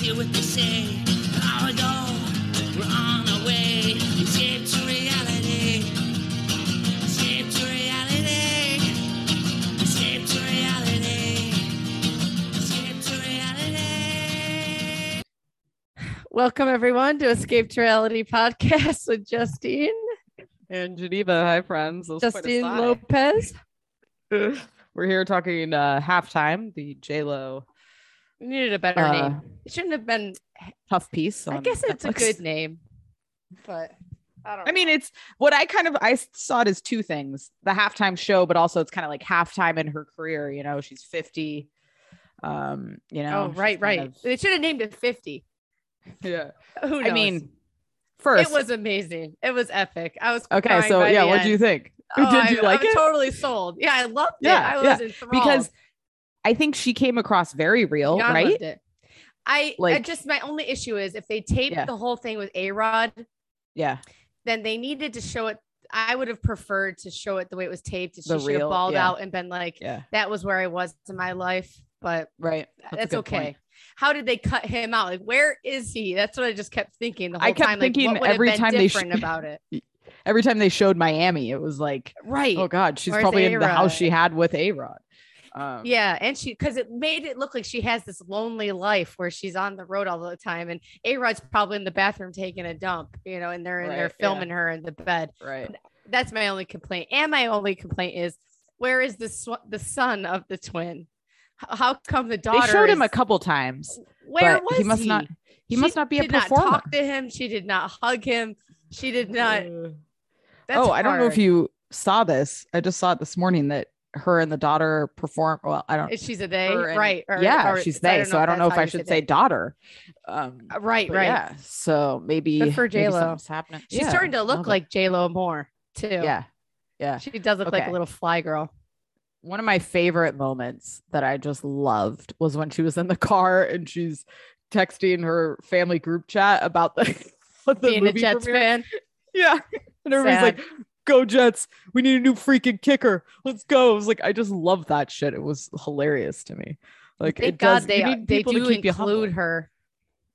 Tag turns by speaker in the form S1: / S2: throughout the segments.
S1: hear what they say. An hour ago, we're on our way. Escape to reality. Escape to reality. Escape to reality. Escape to reality.
S2: Welcome everyone to Escape to Reality podcast with Justine,
S3: And Geneva, hi friends. That was quite a
S2: Justine
S3: sigh.
S2: Lopez.
S3: We're here talking uh halftime, the J Lo
S2: We needed a better
S3: uh,
S2: name. It shouldn't have been.
S3: tough piece.
S2: I
S3: on
S2: guess it's a
S3: Netflix.
S2: good name, but I don't.
S3: I mean, it's what I kind of I saw it as two things: the halftime show, but also it's kind of like halftime in her career. You know, she's fifty. Um, you
S2: know.
S3: know.
S2: oh
S3: she's
S2: right,
S3: kind
S2: right.
S3: of-
S2: They should have named it Fifty.
S3: yeah.
S2: Who knows?
S3: I mean, first
S2: it was amazing. It was epic. I was
S3: okay.
S2: crying
S3: So
S2: by
S3: yeah,
S2: the
S3: what do you
S2: end.
S3: think?
S2: Oh,
S3: Did
S2: I-
S3: you like
S2: I'm
S3: it?
S2: Totally sold. Yeah, I loved
S3: Yeah,
S2: it. I
S3: yeah.
S2: was enthralled
S3: because I think she came across very real,
S2: Yeah, I
S3: right?
S2: loved it. I, I
S3: Like-
S2: just my only issue is if they taped
S3: Yeah.
S2: the whole thing with A Rod,
S3: Yeah,
S2: then they needed to show it. I would have preferred to show it the way it was taped.
S3: The
S2: She should have
S3: real-
S2: balled
S3: yeah.
S2: out and been like,
S3: yeah,
S2: that was where I was in my life, but
S3: right. That's a
S2: that's,
S3: good
S2: okay.
S3: point.
S2: How did they cut him out? Like, where is he? That's what I just kept thinking the whole
S3: I kept
S2: time.
S3: thinking
S2: like, what would have
S3: every
S2: been
S3: time they sh-
S2: different about it,
S3: Every time they showed Miami, it was like
S2: right?
S3: Oh God, she's
S2: Where's
S3: probably in the house
S2: A-Rod?
S3: she had with A Rod. Um,
S2: Yeah, and she because it made it look like she has this lonely life where she's on the road all the time, and A Rod's probably in the bathroom taking a dump, you know, and they're in there
S3: Right, yeah.
S2: filming her in the bed.
S3: right.
S2: That's my only complaint, and my only complaint is where is the sw- the son of the twin? H- How come the daughter?
S3: They showed him a
S2: is-
S3: couple times.
S2: Where
S3: but
S2: was
S3: he must not. He
S2: She
S3: must not be a
S2: did not
S3: performer.
S2: talk to him. She did not hug him. She did not. That's
S3: oh, I don't know if
S2: hard.
S3: you saw this. I just saw it this morning that her and the daughter perform. Well, I don't.
S2: Is she's a they,
S3: her and-
S2: right? or-
S3: yeah,
S2: or-
S3: she's they. so I don't know
S2: that's
S3: if
S2: how
S3: I
S2: you
S3: should
S2: they.
S3: say daughter. Um,
S2: Uh, Right,
S3: but
S2: right.
S3: Yeah. So maybe
S2: Good for
S3: maybe
S2: J-Lo.
S3: something's happening.
S2: She's
S3: Yeah,
S2: starting to
S3: love
S2: look
S3: it.
S2: like J Lo more too.
S3: Yeah. Yeah.
S2: she does look like a
S3: Okay.
S2: little fly girl.
S3: one of my favorite moments that I just loved was when she was in the car and she's texting her family group chat about the, about the
S2: Being a
S3: movie
S2: Jets
S3: premiere.
S2: fan,
S3: Yeah. And everybody's
S2: Sad.
S3: like, go Jets. We need a new freaking kicker. Let's go. It was like, I just love that shit. It was hilarious to me. Like,
S2: thank
S3: it does,
S2: God they
S3: you
S2: are-
S3: need
S2: they
S3: people
S2: do
S3: to keep you
S2: include
S3: humble.
S2: her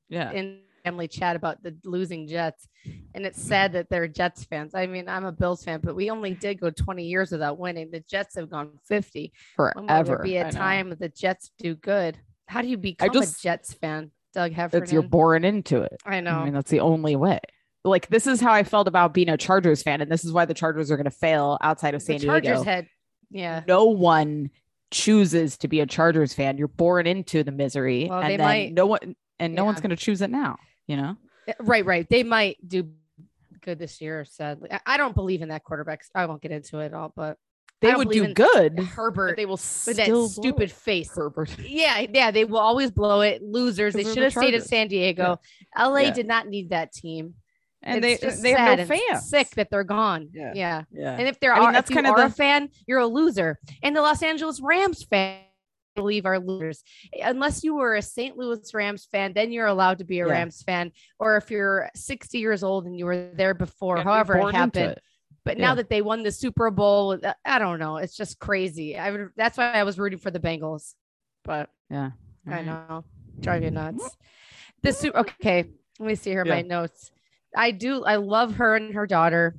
S3: Yeah.
S2: in family chat about the losing Jets, and it's sad that they're Jets fans. I mean, I'm a Bills fan, but we only did go 20 years without winning. The Jets have gone 50. When will
S3: Forever.
S2: there be
S3: I
S2: a
S3: know.
S2: time that the Jets do good? How do you become
S3: just-
S2: a Jets fan, Doug Heffernan?
S3: It's you're born into it.
S2: I know.
S3: I mean, that's the only way. Like, this is how I felt about being a Chargers fan. And this is why the Chargers are going to fail outside of
S2: the
S3: San
S2: Chargers
S3: Diego.
S2: had, yeah.
S3: no one chooses to be a Chargers fan. You're born into the misery,
S2: Well,
S3: and
S2: they
S3: then
S2: might-
S3: no one and no
S2: Yeah.
S3: one's going to choose it now. You know,
S2: eh, Right, right. They might do good this year, sadly. I, I don't believe in that quarterback. I won't get into it at all, but
S3: they
S2: don't
S3: would
S2: believe
S3: do
S2: in
S3: good, but
S2: Herbert
S3: they will
S2: with
S3: still
S2: that stupid face.
S3: Herbert.
S2: Yeah, yeah. They will always blow it. Losers. They
S3: 'Cause they're
S2: should
S3: the
S2: have stayed in
S3: Chargers.
S2: San Diego. LA
S3: Yeah.
S2: did not need that team.
S3: And
S2: It's
S3: they
S2: just
S3: they have no
S2: sad and
S3: fans.
S2: Sick that they're gone.
S3: Yeah.
S2: yeah.
S3: Yeah,
S2: And if there
S3: I
S2: are,
S3: mean,
S2: that's
S3: that's
S2: if you
S3: kinda
S2: are a
S3: the-
S2: fan, you're a loser. And the Los Angeles Rams fan, I believe, are losers. Unless you were a St. Louis Rams fan, then you're allowed to be a
S3: Yeah.
S2: Rams fan. Or if you're 60 years old and you were there before,
S3: And you're
S2: however it
S3: born into
S2: happened.
S3: it.
S2: But
S3: yeah.
S2: now that they won the Super Bowl, I- I don't know. It's just crazy. I would, that's why I was rooting for the Bengals. But
S3: Yeah,
S2: I know. Drive you nuts. The super okay. Let me see here my
S3: Yeah.
S2: notes. I do I love her and her daughter.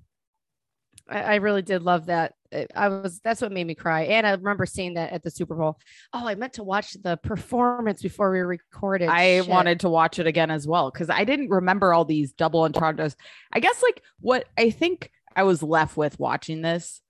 S2: I, I really did love that. I- I was that's what made me cry. And I remember seeing that at the Super Bowl. Oh, I meant to watch the performance before we recorded.
S3: I
S2: Shit.
S3: wanted to watch it again as well because I didn't remember all these double entendres. I guess like what I think I was left with watching this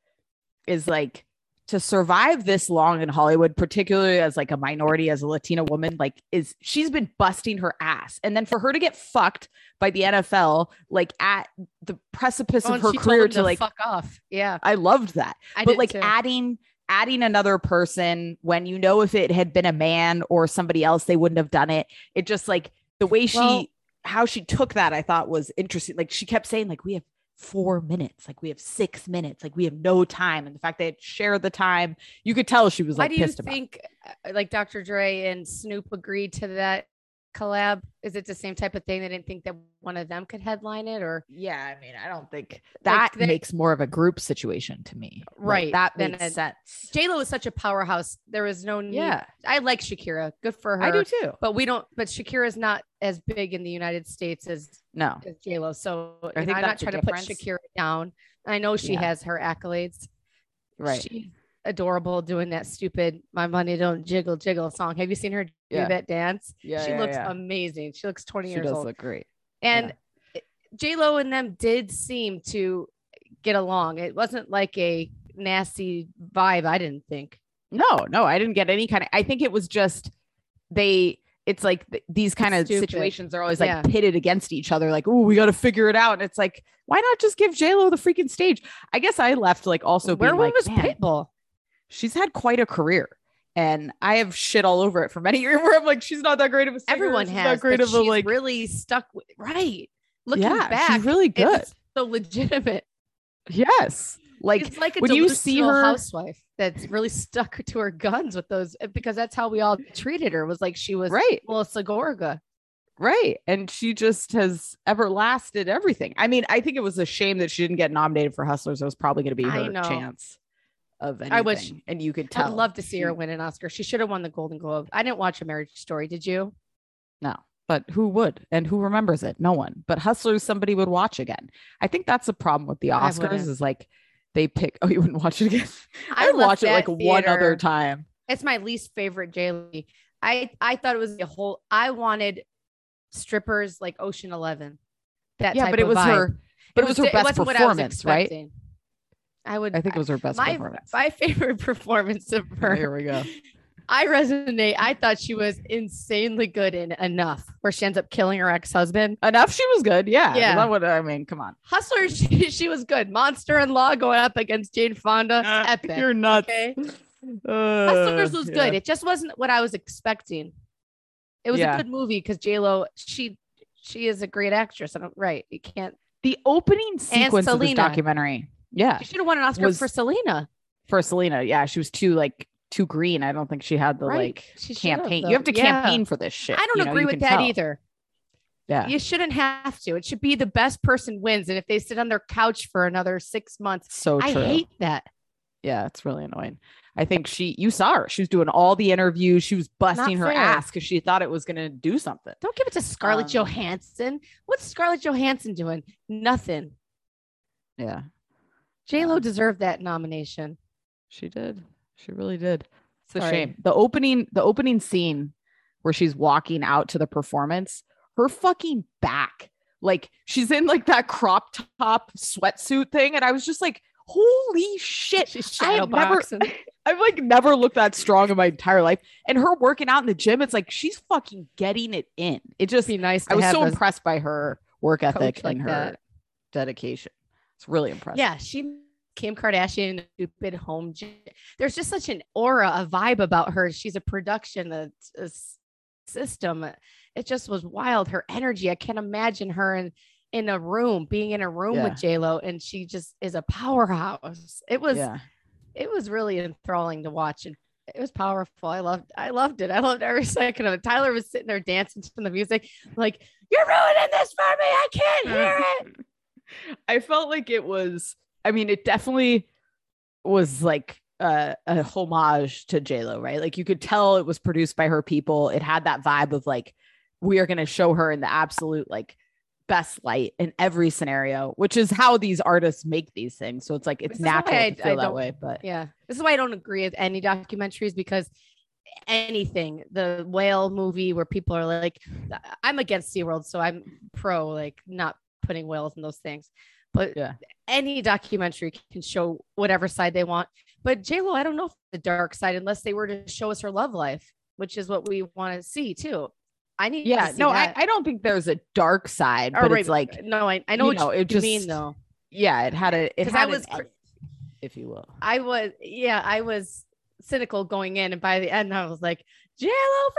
S3: is like to survive this long in Hollywood, particularly as like a minority, as a Latina woman, like is she's been busting her ass, and then for her to get fucked by the NFL, like at the precipice
S2: Oh,
S3: of
S2: and
S3: her
S2: she told
S3: career,
S2: him
S3: to like
S2: fuck off. Yeah.
S3: I loved that
S2: I
S3: but
S2: did
S3: like
S2: too.
S3: adding adding another person when you know if it had been a man or somebody else they wouldn't have done it it just like the way she
S2: Well-
S3: how she took that i thought was interesting like she kept saying like we have four minutes like we have six minutes like we have no time and the fact they had shared the time you could tell she was
S2: why
S3: like
S2: do you
S3: pissed about it.
S2: think uh, like Dr. Dre and Snoop agreed to that collab? Is it the same type of thing? They didn't think that one of them could headline it, or
S3: Yeah, I mean, I don't think
S2: Like,
S3: that
S2: they-
S3: makes more of a group situation to me. Like,
S2: Right,
S3: that
S2: then
S3: makes
S2: it-
S3: sense.
S2: J Lo is such a powerhouse. There is no need.
S3: yeah,
S2: I like Shakira. Good for her.
S3: I do too.
S2: But we don't. But Shakira's not as big in the United States as
S3: No,
S2: as J Lo. So
S3: I
S2: you know,
S3: think
S2: I'm not
S3: that's the
S2: trying to put
S3: difference.
S2: Shakira down. I know she
S3: Yeah.
S2: has her accolades.
S3: right.
S2: She's adorable doing that stupid "My Money Don't Jiggle Jiggle" song. Have you seen her do
S3: Yeah.
S2: that dance?
S3: yeah,
S2: she
S3: yeah,
S2: looks
S3: yeah.
S2: amazing. She looks 20
S3: She
S2: years
S3: does
S2: old.
S3: look great.
S2: and J Lo and them did seem to get along. It wasn't like a nasty vibe. I didn't think.
S3: No, no, I didn't get any kind of. I think it was just they. It's like th- these kind of
S2: Stupid.
S3: situations are always
S2: Yeah.
S3: like pitted against each other. Like, oh, we got to figure it out. And it's like, why not just give J Lo the freaking stage? I guess I left like also
S2: Where
S3: being like,
S2: was
S3: "Man,
S2: Pitbull?
S3: she's had quite a career. And I have shit all over it for many years. Where I'm like, she's not that great of a singer.
S2: Everyone
S3: she's
S2: has.
S3: not great
S2: but
S3: of a
S2: she's
S3: like.
S2: really stuck with right. Looking
S3: yeah,
S2: back,
S3: she's really good.
S2: it's so legitimate.
S3: yes, like
S2: it's like a
S3: when you see
S2: delusional
S3: her-
S2: housewife that's really stuck to her guns with those eh, because that's how we all treated her. Was like she was
S3: right.
S2: Melissa Gorga.
S3: Right. And she just has everlasted everything. I mean, I think it was a shame that she didn't get nominated for Hustlers. It was probably going to be
S2: I
S3: her
S2: know.
S3: chance of anything.
S2: I wish-
S3: and you could tell. Mm.
S2: I'd love to see her
S3: She-
S2: win an Oscar. She should have won the Golden Globe. I didn't watch A Marriage Story. Did you?
S3: No, but who would and who remembers it? No one. But Hustlers, somebody would watch again. I think that's the problem with the
S2: I
S3: Oscars
S2: wouldn't.
S3: is like they pick. Oh, you wouldn't watch it again.
S2: I
S3: I'd
S2: left
S3: watch it like
S2: that
S3: one other
S2: theater-
S3: time.
S2: It's my least favorite J. I I thought it was a whole. I wanted strippers like Ocean Eleven. That
S3: Yeah,
S2: type
S3: but it
S2: of
S3: was
S2: vibe.
S3: her. But it was, her
S2: di-
S3: best
S2: wasn't what I was
S3: performance, right?
S2: expecting. I would.
S3: I think it was her best
S2: my
S3: performance.
S2: my favorite performance of her.
S3: Here we go.
S2: I resonate. I thought she was insanely good in enough, where she ends up killing her ex husband.
S3: Enough. She was good. Yeah.
S2: Yeah.
S3: That would, I mean, come on.
S2: Hustler, she, she was good. Monster in Law going up against Jane Fonda,
S3: Ah,
S2: epic.
S3: You're nuts.
S2: Okay,
S3: Uh,
S2: Hustlers was
S3: yeah.
S2: good. It just wasn't what I was expecting. It was
S3: Yeah.
S2: a good movie because J Lo, she she is a great actress. I don't right. You can't.
S3: The opening sequence of this
S2: Selena.
S3: documentary. Yeah.
S2: She should have won an Oscar
S3: Was-
S2: for Selena.
S3: For Selena. Yeah. She was too like too green. I don't think she had the
S2: Right.
S3: like
S2: She should've,
S3: campaign.
S2: though.
S3: You have to
S2: Yeah.
S3: campaign for this shit.
S2: I don't
S3: you know,
S2: agree
S3: you
S2: with
S3: can
S2: that
S3: tell.
S2: either.
S3: Yeah.
S2: You shouldn't have to. It should be the best person wins. And if they sit on their couch for another six months,
S3: So true.
S2: I hate that.
S3: yeah, it's really annoying. I think she you saw her. She was doing all the interviews. She was busting her
S2: fair.
S3: ass because she thought it was gonna do something.
S2: Don't give it to Scarlett
S3: Um,
S2: Johansson. What's Scarlett Johansson doing? Nothing.
S3: Yeah,
S2: J Lo
S3: Um,
S2: deserved that nomination.
S3: she did. She really did. It's a
S2: Sorry.
S3: shame. The opening, the opening scene where she's walking out to the performance, her fucking back. Like she's in like that crop top sweatsuit thing. And I was just like, holy shit.
S2: She's
S3: I
S2: shadow
S3: have never-
S2: boxing.
S3: I've like never looked that strong in my entire life. And her working out in the gym, it's like she's fucking getting it in. It just
S2: Be nice. To
S3: I was
S2: have
S3: so
S2: a-
S3: impressed by her work ethic
S2: like
S3: and her
S2: that.
S3: dedication. It's really impressive.
S2: Yeah, she Kim Kardashian stupid home. gym. There's just such an aura, a vibe about her. She's a production, a, a s- system. It just was wild. Her energy. I can't imagine her in in a room, being in a room
S3: Yeah.
S2: with J Lo, and she just is a powerhouse. It was
S3: Yeah.
S2: it was really enthralling to watch and it was powerful. I loved I loved it. I loved every second of it. Tyler was sitting there dancing to the music, like, You're ruining this for me. I
S3: Mm.
S2: can't hear it.
S3: I felt like it was, I mean, it definitely was like a, a homage to JLo, right? Like you could tell it was produced by her people. It had that vibe of like, we are going to show her in the absolute like best light in every scenario, which is how these artists make these things. So it's like,
S2: This
S3: it's
S2: is why
S3: natural
S2: I-
S3: to
S2: I
S3: feel that
S2: don't-
S3: way. But
S2: Yeah. This is why I don't agree with any documentaries because anything, the whale movie where people are like, I'm against SeaWorld, so I'm pro like not putting whales in those things. But
S3: Yeah.
S2: any documentary can show whatever side they want. But J Lo, I don't know if the dark side unless they were to show us her love life, which is what we want to see too. I need
S3: yeah,
S2: to see
S3: no, I,
S2: that.
S3: I don't think there's a dark side,
S2: Or
S3: but
S2: right,
S3: it's like,
S2: no, I, I know
S3: you
S2: what
S3: know,
S2: you
S3: it just-
S2: mean though.
S3: yeah, it had a, it
S2: 'Cause
S3: had
S2: I
S3: I was,
S2: was cr-
S3: if you will.
S2: I was, yeah, I was cynical going in, and by the end, I was like, J Lo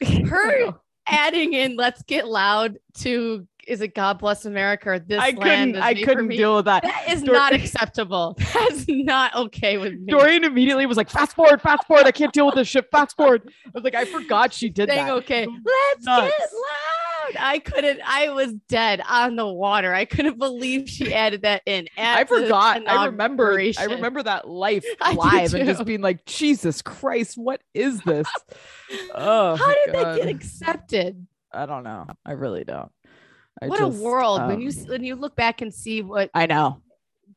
S2: for president. Her adding in "Let's Get Loud" to is it God bless America or this
S3: I
S2: land
S3: couldn't.
S2: is
S3: I
S2: made for
S3: couldn't
S2: me?
S3: deal with that.
S2: That is
S3: Dor-
S2: not acceptable. That's not okay with me.
S3: Dorian immediately was like, "Fast forward, fast forward. I can't deal with this shit. Fast forward." I was like, "I forgot she did
S2: Saying oh,
S3: that."
S2: okay. Let's
S3: Nuts.
S2: get loud. I couldn't. I was dead on the water. I couldn't believe she added that in.
S3: I
S2: at the
S3: forgot. I remember. I
S2: inauguration.
S3: remember that life
S2: I do
S3: live and
S2: too.
S3: just being like, "Jesus Christ, what is this?" Oh,
S2: How
S3: my
S2: did
S3: God.
S2: that get accepted?
S3: I don't know. I really don't. I
S2: what
S3: just,
S2: a world when you
S3: um,
S2: s- when you look back and see what
S3: I know.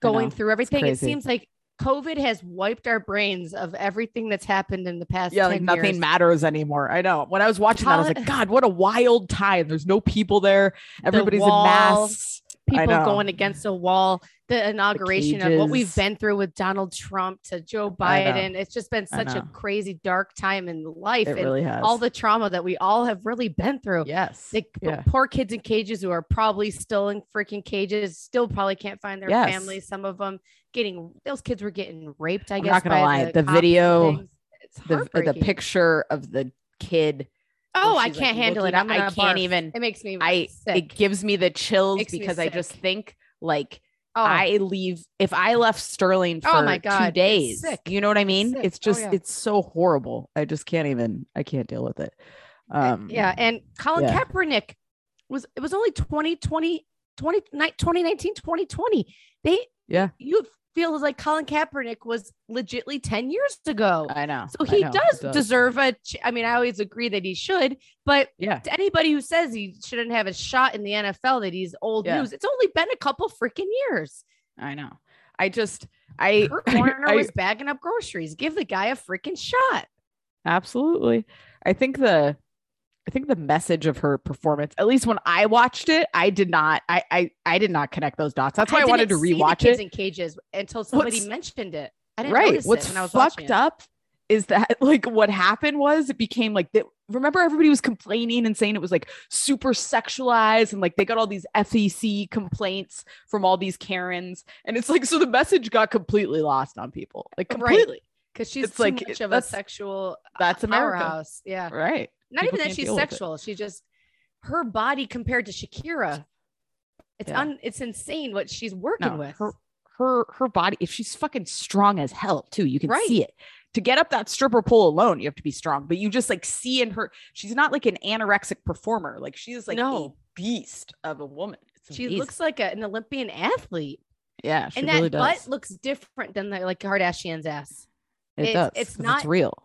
S2: going
S3: know.
S2: through everything. It
S3: crazy.
S2: seems like COVID has wiped our brains of everything that's happened in the past.
S3: Yeah, like
S2: 10
S3: nothing
S2: years.
S3: matters anymore. I know. When I was watching that, I was
S2: Poli-
S3: like, God, what a wild time. There's no people there. Everybody's in
S2: wall,
S3: masks. I
S2: People
S3: know.
S2: going against a wall. The inauguration of what we've
S3: cages.
S2: been through with Donald Trump to Joe
S3: I know.
S2: Biden. It's just been
S3: I
S2: such a
S3: know.
S2: crazy dark time in life
S3: It
S2: and
S3: really has.
S2: all the trauma that we all have really been through.
S3: yes.
S2: Like p-
S3: Yeah.
S2: poor kids in cages who are probably still in freaking cages, still probably can't find their
S3: Yes.
S2: families. Some of them getting those kids were getting raped. I
S3: I'm
S2: guess
S3: not gonna
S2: by
S3: lie. The
S2: cops and
S3: video-
S2: things. It's
S3: The, the
S2: heartbreaking.
S3: picture of the kid. where
S2: Oh, I
S3: she's,
S2: can't
S3: like,
S2: handle it.
S3: looking-
S2: I'm
S3: I
S2: gonna
S3: can't
S2: barf.
S3: even-
S2: It makes me.
S3: I
S2: sick.
S3: it gives me the chills
S2: Makes me
S3: because I just
S2: sick.
S3: think like
S2: oh,
S3: I leave if I left Sterling for
S2: Oh my God,
S3: two
S2: it's
S3: days.
S2: sick.
S3: You know what I mean?
S2: sick.
S3: It's
S2: Oh,
S3: just
S2: yeah.
S3: it's so horrible. I just can't even I can't deal with it. Um
S2: yeah. And Colin
S3: yeah.
S2: Kaepernick was. It was only 2020, 20, ni- 2019, 2020. They.
S3: Yeah.
S2: You feel like Colin Kaepernick was legitly ten years ago.
S3: I know.
S2: So
S3: I
S2: he
S3: know,
S2: does,
S3: it does.
S2: deserve a. ch- I mean, I always agree that he should, but
S3: Yeah.
S2: to anybody who says he shouldn't have a shot in the NFL, that he's old
S3: Yeah.
S2: news. It's only been a couple freaking years.
S3: I know. I just I,
S2: Kurt
S3: I-
S2: Warner
S3: I-
S2: was bagging up groceries. Give the guy a freaking shot.
S3: absolutely. I think the I think the message of her performance, at least when I watched it, I did not I I, I did not connect those dots. That's why I, wanted to
S2: didn't see the
S3: rewatch
S2: kids
S3: it.
S2: in cages until somebody
S3: What's-
S2: mentioned it. I didn't
S3: Right.
S2: notice
S3: What's
S2: it when I was watching it.
S3: fucked up is that like what happened was it became like that. Remember, everybody was complaining and saying it was like super sexualized and like they got all these FEC complaints from all these Karens. And it's like, so the message got completely lost on people. Like,
S2: Right.
S3: completely.
S2: because she's
S3: It's
S2: too
S3: like,
S2: much of a
S3: that's-
S2: sexual uh,
S3: That's America.
S2: powerhouse. Yeah,
S3: Right.
S2: not
S3: People
S2: even that
S3: can't
S2: she's
S3: deal with it.
S2: sexual. She just her body compared to Shakira. It's
S3: Yeah.
S2: un. It's insane what she's working
S3: No,
S2: with.
S3: her her her body if she's fucking strong as hell too you can
S2: Right.
S3: see it to get up that stripper pole alone you have to be strong but you just like see in her she's not like an anorexic performer like she's like a
S2: No.
S3: beast of a woman It's
S2: she
S3: amazing.
S2: looks like a, an Olympian athlete,
S3: yeah she
S2: and that
S3: really does
S2: butt looks different than the, like Kardashian's ass.
S3: it
S2: it's-
S3: does
S2: it's
S3: 'cause
S2: not-
S3: real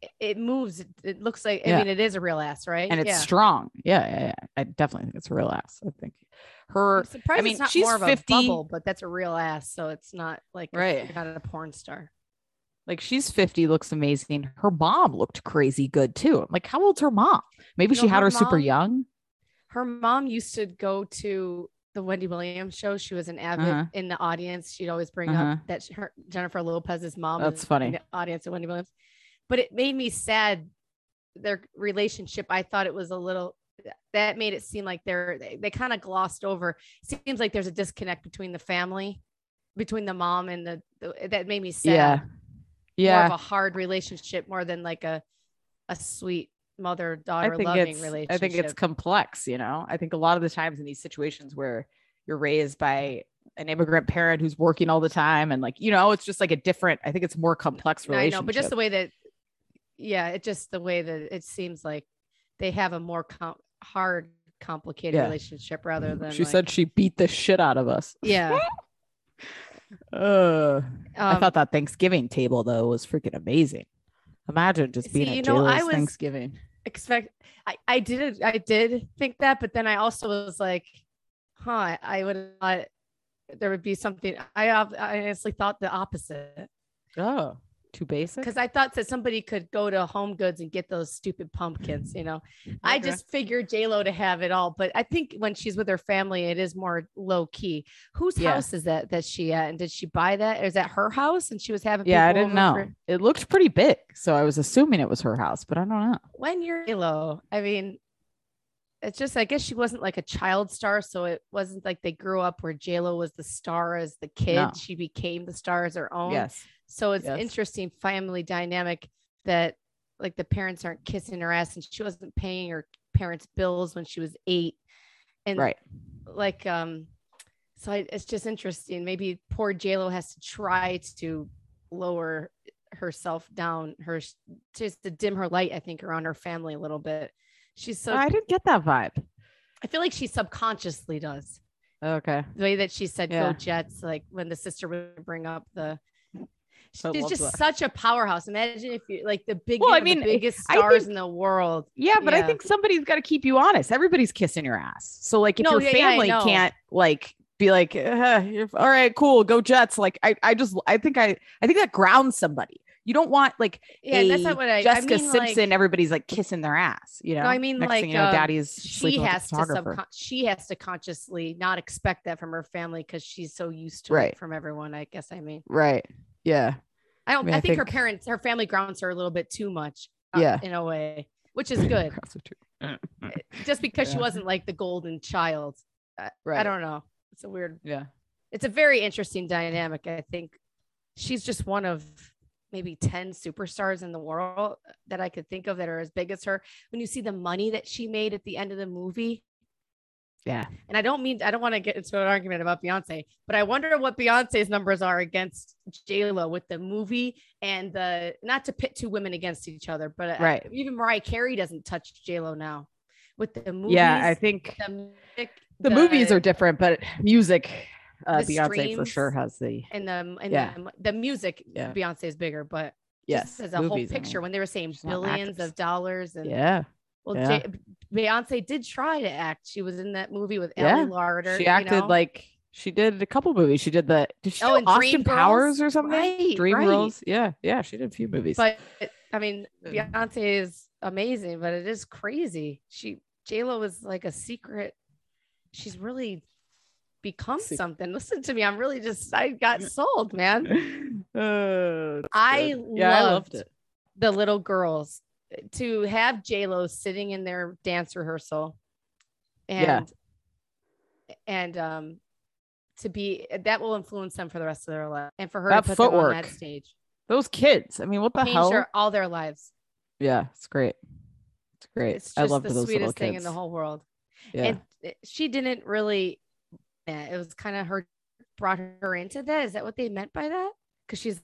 S2: It, it moves. It, it looks like.
S3: Yeah.
S2: I mean, it is a real ass, right?
S3: and it's
S2: yeah.
S3: strong yeah, yeah yeah i definitely think it's a real ass i think
S2: I'm
S3: her
S2: surprised
S3: mean,
S2: it's not
S3: she's
S2: more of
S3: 50
S2: a bubble, but that's a real ass, so it's not like a-
S3: Right.
S2: not a porn star.
S3: like she's 50 looks amazing her mom looked crazy good too i'm like how old's her mom maybe
S2: No,
S3: she had
S2: her
S3: her super
S2: mom-
S3: young
S2: Her mom used to go to the Wendy Williams show. She was an avid
S3: Uh-huh.
S2: in the audience. She'd always bring
S3: Uh-huh.
S2: up that she, her Jennifer Lopez's mom.
S3: That's
S2: was
S3: funny.
S2: In the audience at Wendy Williams, but it made me sad. Their relationship, I thought it was a little. That made it seem like they're they, they kind of glossed over. Seems like there's a disconnect between the family, between the mom and the. the that made me sad.
S3: yeah yeah
S2: more of a hard relationship more than like a a sweet mother daughter loving
S3: it's,
S2: relationship.
S3: I think it's complex, you know. I think a lot of the times in these situations where you're raised by an immigrant parent who's working all the time and like, you know, it's just like a different, I think it's more complex
S2: I
S3: relationship.
S2: know, but just the way that yeah, it just the way that it seems like they have a more com- hard, complicated
S3: Yeah. Mm-hmm.
S2: relationship rather than
S3: she
S2: like-
S3: said she beat the shit out of us.
S2: yeah.
S3: Uh, I
S2: um,
S3: thought that Thanksgiving table though was freaking amazing. Imagine just being
S2: See,
S3: at
S2: you know, I
S3: Jayla's
S2: was-
S3: Thanksgiving.
S2: expect I, I did I did think that, but then I also was like, huh, I would not there would be something I ob- I honestly thought the opposite.
S3: Oh, too basic.
S2: because I thought that somebody could go to Home Goods and get those stupid pumpkins. You know, I
S3: Okay.
S2: just figured J Lo to have it all, but I think when she's with her family, it is more low key. Whose
S3: Yeah.
S2: house is that that she at? And did she buy that? Or is that her house? And she was having
S3: yeah, I
S2: people
S3: didn't know.
S2: over for-
S3: It looked pretty big, so I was assuming it was her house, but I don't know.
S2: when you're J Lo, I mean. It's just, I guess she wasn't like a child star, so it wasn't like they grew up where J Lo was the star as the kid.
S3: No.
S2: She became the star as her own.
S3: Yes.
S2: So it's
S3: Yes.
S2: interesting family dynamic that like the parents aren't kissing her ass and she wasn't paying her parents' bills when she was eight. and
S3: Right.
S2: like um so I, it's just interesting maybe poor jlo has to try to lower herself down her s- just to dim her light i think around her family a little bit she's so
S3: I didn't get that vibe.
S2: i feel like she subconsciously does
S3: Okay.
S2: the way that she said
S3: Yeah.
S2: go jets like when the sister would bring up the
S3: I
S2: she's
S3: love
S2: just
S3: that.
S2: such a powerhouse imagine if you like the big
S3: Well, I
S2: one of the
S3: mean,
S2: biggest
S3: I
S2: stars
S3: think-
S2: in the world
S3: Yeah, but I
S2: Yeah.
S3: think somebody's got to keep you honest. Everybody's kissing your ass. So like if
S2: No,
S3: your
S2: yeah, yeah, I
S3: family
S2: know.
S3: can't like be like, "Uh, you're- all right, cool, go Jets. Like I, I just I think I I think that grounds somebody. You don't want like
S2: yeah and that's not what i
S3: Jessica
S2: I mean, like-
S3: Simpson, everybody's like kissing their ass, you know.
S2: No, I mean,
S3: Next
S2: like,
S3: thing you know,
S2: um,
S3: daddy's
S2: she
S3: sleeping with a
S2: has to
S3: photographer.
S2: subcon- she has to consciously not expect that from her family because she's so used to
S3: Right.
S2: it from everyone. I guess I mean
S3: right. Yeah.
S2: I don't I,
S3: mean, I
S2: think, her
S3: think-
S2: parents her family grounds her a little bit too much. uh,
S3: Yeah.
S2: in a way, which is good, just because she
S3: Yeah.
S2: wasn't like the golden child.
S3: right.
S2: I don't know. It's a weird.
S3: yeah.
S2: It's a very interesting dynamic. I think she's just one of maybe 10 superstars in the world that I could think of that are as big as her. When you see the money that she made at the end of the movie,
S3: Yeah.
S2: and I don't mean I don't want to get into an argument about Beyonce, but I wonder what Beyonce's numbers are against J Lo with the movie and the not to pit two women against each other, but I-
S3: Right.
S2: even Mariah Carey doesn't touch J Lo now with the movies.
S3: Yeah. I think
S2: the music,
S3: the, movies are different, but music, uh,
S2: the
S3: Beyonce for
S2: streams
S3: sure has the
S2: and the and
S3: Yeah.
S2: the, the music.
S3: Yeah.
S2: Beyonce is bigger, but
S3: yes
S2: just as a
S3: movies, I
S2: whole picture
S3: mean.
S2: when they were saying
S3: she's not an
S2: billions
S3: actress.
S2: of dollars and
S3: Yeah,
S2: well,
S3: yeah.
S2: J- Beyonce did try to act. She was in that movie with
S3: Yeah.
S2: Ellie Larder.
S3: she acted
S2: you know?
S3: like she did a couple movies. She did the did she
S2: Oh,
S3: do
S2: and Dreamgirls?
S3: Austin Powers or something?
S2: Right,
S3: Dream
S2: right.
S3: Girls. Yeah, yeah. She did a few movies.
S2: But I mean,
S3: Yeah.
S2: Beyonce is amazing, but it is crazy. She J Lo is like a secret. She's really become
S3: Secret.
S2: something. Listen to me, I'm really just I got sold, man.
S3: Uh, that's
S2: I
S3: good. yeah, I
S2: loved
S3: loved it.
S2: The little girls to have J Lo sitting in their dance rehearsal,
S3: Yeah.
S2: and and um to be that will influence them for the rest of their life, and for her
S3: That
S2: to put them on that
S3: footwork.
S2: stage
S3: Those kids. I mean, what the
S2: changed
S3: hell?
S2: her all their lives.
S3: yeah, it's great. It's great.
S2: It's just
S3: I loved
S2: the
S3: those little
S2: sweetest
S3: kids.
S2: thing in the whole world.
S3: yeah.
S2: and it- she didn't really eh, it was kind of her brought her into that is that what they meant by that because she's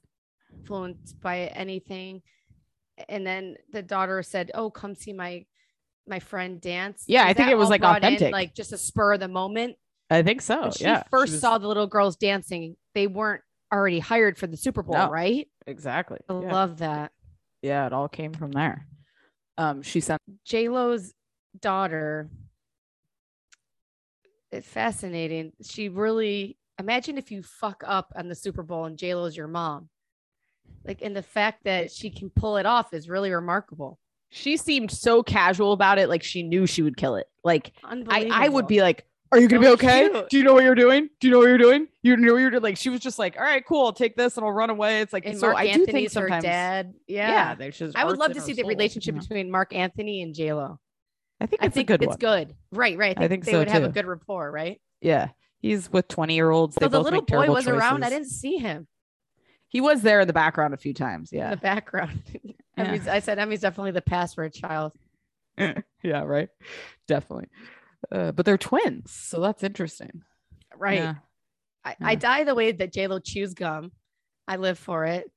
S2: influenced by anything and then the daughter said oh come see my my friend dance
S3: Yeah, I
S2: Is
S3: think
S2: that
S3: it was,
S2: all
S3: like,
S2: brought in,
S3: authentic.
S2: like just a spur of the moment
S3: I think so.
S2: when she
S3: yeah.
S2: first
S3: was-
S2: saw the little girls dancing they weren't already hired for the super bowl
S3: No.
S2: right
S3: exactly.
S2: i
S3: Yeah.
S2: love that
S3: yeah, it all came from there. Um, she sent
S2: J Lo's daughter. It's fascinating. She really imagine if you fuck up on the Super Bowl and J Lo's your mom. Like, and the fact that she can pull it off is really remarkable.
S3: she seemed so casual about it, like she knew she would kill it. Like I,
S2: Unbelievable.
S3: I would be like, Are you gonna
S2: So
S3: be okay?
S2: cute.
S3: Do you know what you're doing? Do you know what you're doing? You know what you're doing? Like she was just like, All right, cool, I'll take this and I'll run away. It's like
S2: and
S3: so
S2: Mark
S3: I do
S2: Anthony's
S3: think sometimes
S2: her dad. Yeah,
S3: Yeah, there's just
S2: I would
S3: arts
S2: love
S3: in
S2: to
S3: her
S2: see the
S3: soul,
S2: relationship
S3: you know?
S2: between Mark Anthony and J Lo.
S3: I think
S2: I
S3: it's
S2: think
S3: a good
S2: it's
S3: one.
S2: good, right? Right.
S3: I
S2: I think,
S3: think
S2: they
S3: so,
S2: would have a
S3: too.
S2: good rapport, right?
S3: Yeah. He's with 20 year olds. They
S2: So the
S3: both
S2: little
S3: make
S2: boy
S3: terrible
S2: was around. I
S3: choices.
S2: didn't see him
S3: He was there in the background a few times.
S2: in
S3: Yeah.
S2: the background. I
S3: Yeah.
S2: mean, I said Emmy's definitely the password child.
S3: yeah, right. Definitely. Uh, but they're twins. So that's interesting.
S2: Right.
S3: Yeah.
S2: I,
S3: Yeah.
S2: I die the way that J Lo chews gum. I live for it.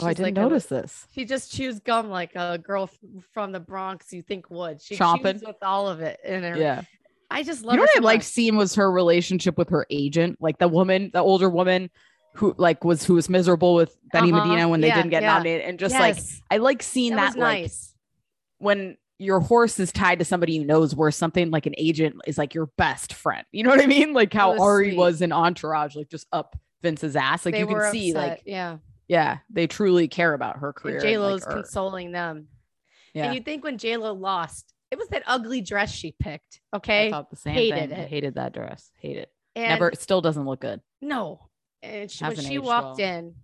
S3: Oh, I
S2: She's
S3: didn't
S2: like a-
S3: notice this.
S2: she just chews gum like a girl f- from the Bronx. You think would she
S3: Chomping.
S2: chews with all of it in her?
S3: Yeah.
S2: I just love.
S3: You know
S2: her
S3: what I
S2: so
S3: liked
S2: much.
S3: seeing was her relationship with her agent, like the woman, the older woman who like was who was miserable with Benny
S2: Uh-huh.
S3: Medina when they
S2: Yeah,
S3: didn't get
S2: yeah.
S3: nominated, and just like
S2: Yes,
S3: I like seeing
S2: that was
S3: that, like
S2: nice.
S3: when your horse is tied to somebody you know is worth something, like an agent is like your best friend. You know what I mean? Like how
S2: was
S3: Ari
S2: sweet.
S3: was in Entourage, like just up Vince's ass. Like
S2: They
S3: you can
S2: were
S3: see,
S2: upset.
S3: like
S2: yeah,
S3: yeah, they truly care about her career. and, like,
S2: J Lo's
S3: her-
S2: consoling them.
S3: yeah,
S2: And you think when J Lo lost, it was that ugly dress she picked.
S3: I
S2: Okay,
S3: thought the same
S2: hated
S3: thing. I
S2: it.
S3: hated that dress. Hate it.
S2: and
S3: Never. it Still doesn't look good.
S2: No. And she, when
S3: Hasn't
S2: she
S3: aged
S2: walked
S3: well.
S2: in,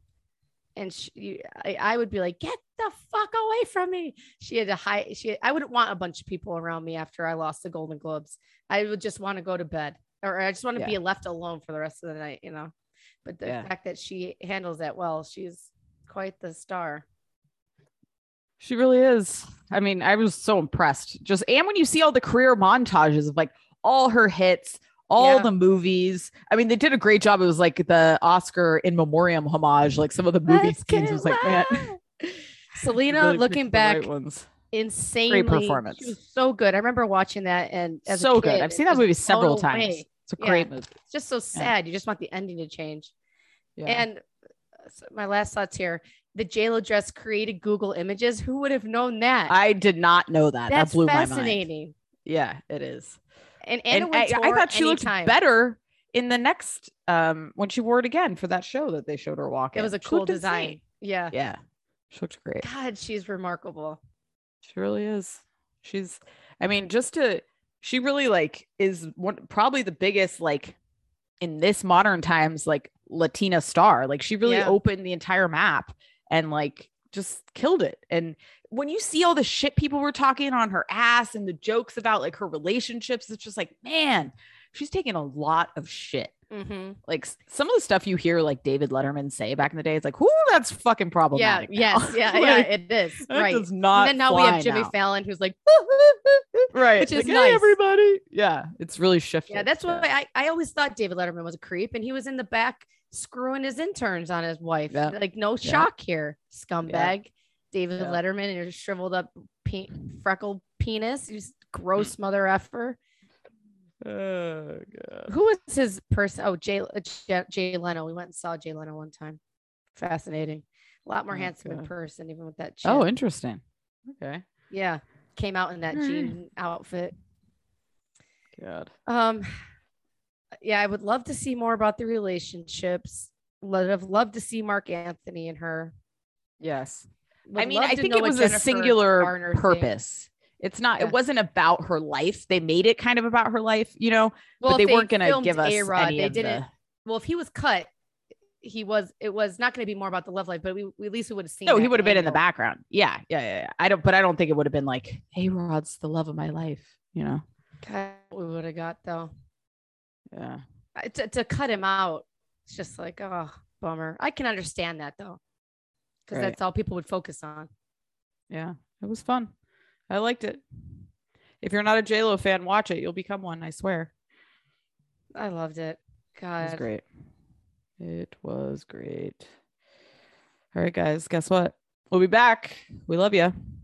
S2: and she, you- I, I would be like, "Get the fuck away from me!" She had to hide. She, I wouldn't want a bunch of people around me after I lost the Golden Globes. I would just want to go to bed, or I just want to be left alone for the rest of the night, you know. But the
S3: Yeah.
S2: fact that she handles that well, she's quite the star.
S3: She really is. I mean, I was so impressed. Just and when you see all the career montages of like all her hits, all
S2: Yeah.
S3: the movies. I mean, they did a great job. It was like the Oscar in memoriam homage, like some of the movie
S2: Let's
S3: scenes
S2: get
S3: was like, man,
S2: wild. Selena,
S3: really picked
S2: looking
S3: the
S2: back,
S3: right ones.
S2: insanely
S3: performance.
S2: She was so good. I remember watching that and as a
S3: so good.
S2: kid,
S3: I've
S2: it
S3: seen that
S2: was
S3: movie several
S2: blown
S3: times.
S2: away.
S3: It's a
S2: Yeah.
S3: great movie.
S2: It's just so sad. You just want the ending to change.
S3: Yeah.
S2: And uh, so my last thoughts here: the JLo dress created Google Images. Who would have known that?
S3: I did not know Ah, that.
S2: That's
S3: that blew my mind.
S2: fascinating.
S3: Yeah, it is.
S2: And Anna
S3: and I,
S2: Wintour,
S3: I thought she
S2: anytime.
S3: looked better in the next um when she wore it again for that show that they showed her walking.
S2: It was a
S3: She
S2: cool
S3: looked
S2: design.
S3: insane.
S2: Yeah.
S3: Yeah, she looked great.
S2: God, she's remarkable.
S3: She really is. She's, I mean, just to, she really like is one probably the biggest like in this modern times like Latina star. Like she really
S2: Yeah.
S3: opened the entire map and like just killed it. And when you see all the shit people were talking on her ass and the jokes about like her relationships, it's just like, man, she's taking a lot of shit.
S2: Mhm.
S3: Like s- some of the stuff you hear like David Letterman say back in the day, it's like, whoo, that's fucking
S2: Yeah.
S3: problematic. now."
S2: Yes. Yeah.
S3: Like,
S2: yeah. It is.
S3: that
S2: Right.
S3: does
S2: And
S3: not.
S2: then now we have
S3: fly
S2: Jimmy
S3: now
S2: Fallon, who's like,
S3: right
S2: Which is
S3: hey,
S2: nice.
S3: everybody yeah it's really shifted
S2: yeah, that's why I, I always thought David Letterman was a creep, and he was in the back screwing his interns on his wife.
S3: Yeah.
S2: Like, no
S3: Yeah.
S2: shock here, scumbag. David
S3: Yeah.
S2: Letterman and your shriveled up, pe- freckled penis. You s-
S3: Mm.
S2: gross mother effer.
S3: oh god
S2: Who was his person? Oh, Jay, uh, Jay, Jay Leno. We went and saw Jay Leno one time. Fascinating. A lot more
S3: Oh,
S2: handsome in
S3: God.
S2: person, even with that chin.
S3: oh interesting okay
S2: yeah. Came out in that
S3: Alright.
S2: jean outfit.
S3: god
S2: Um, yeah, I would love to see more about the relationships. Would have loved to see Mark Anthony and her.
S3: yes
S2: Would
S3: i mean
S2: love
S3: i
S2: to
S3: think
S2: know
S3: it
S2: what
S3: was a
S2: Jennifer
S3: singular
S2: Garner thing-
S3: purpose it's not
S2: Yeah.
S3: it wasn't about her life they made it kind of about her life you know
S2: Well,
S3: but
S2: if
S3: they, weren't gonna
S2: filmed
S3: give us
S2: A-Rod,
S3: any
S2: they
S3: of
S2: didn't.
S3: the
S2: Well, if he was cut, he was. It was not going to be more about the love life, but we, we at least we would have seen.
S3: no he
S2: that
S3: would have been in the
S2: angle.
S3: background yeah, yeah yeah yeah i don't but i don't think it would have been like hey rod's the love of my life you know
S2: God, we would have got though
S3: yeah
S2: I- to, to cut him out. It's just like oh bummer. I can understand that though, because
S3: Right.
S2: that's all people would focus on.
S3: yeah it was fun i liked it if you're not a jlo fan watch it you'll become one i swear
S2: I loved it.
S3: It
S2: God,
S3: was great. It was great. All right, guys, guess what? We'll be back. We love you.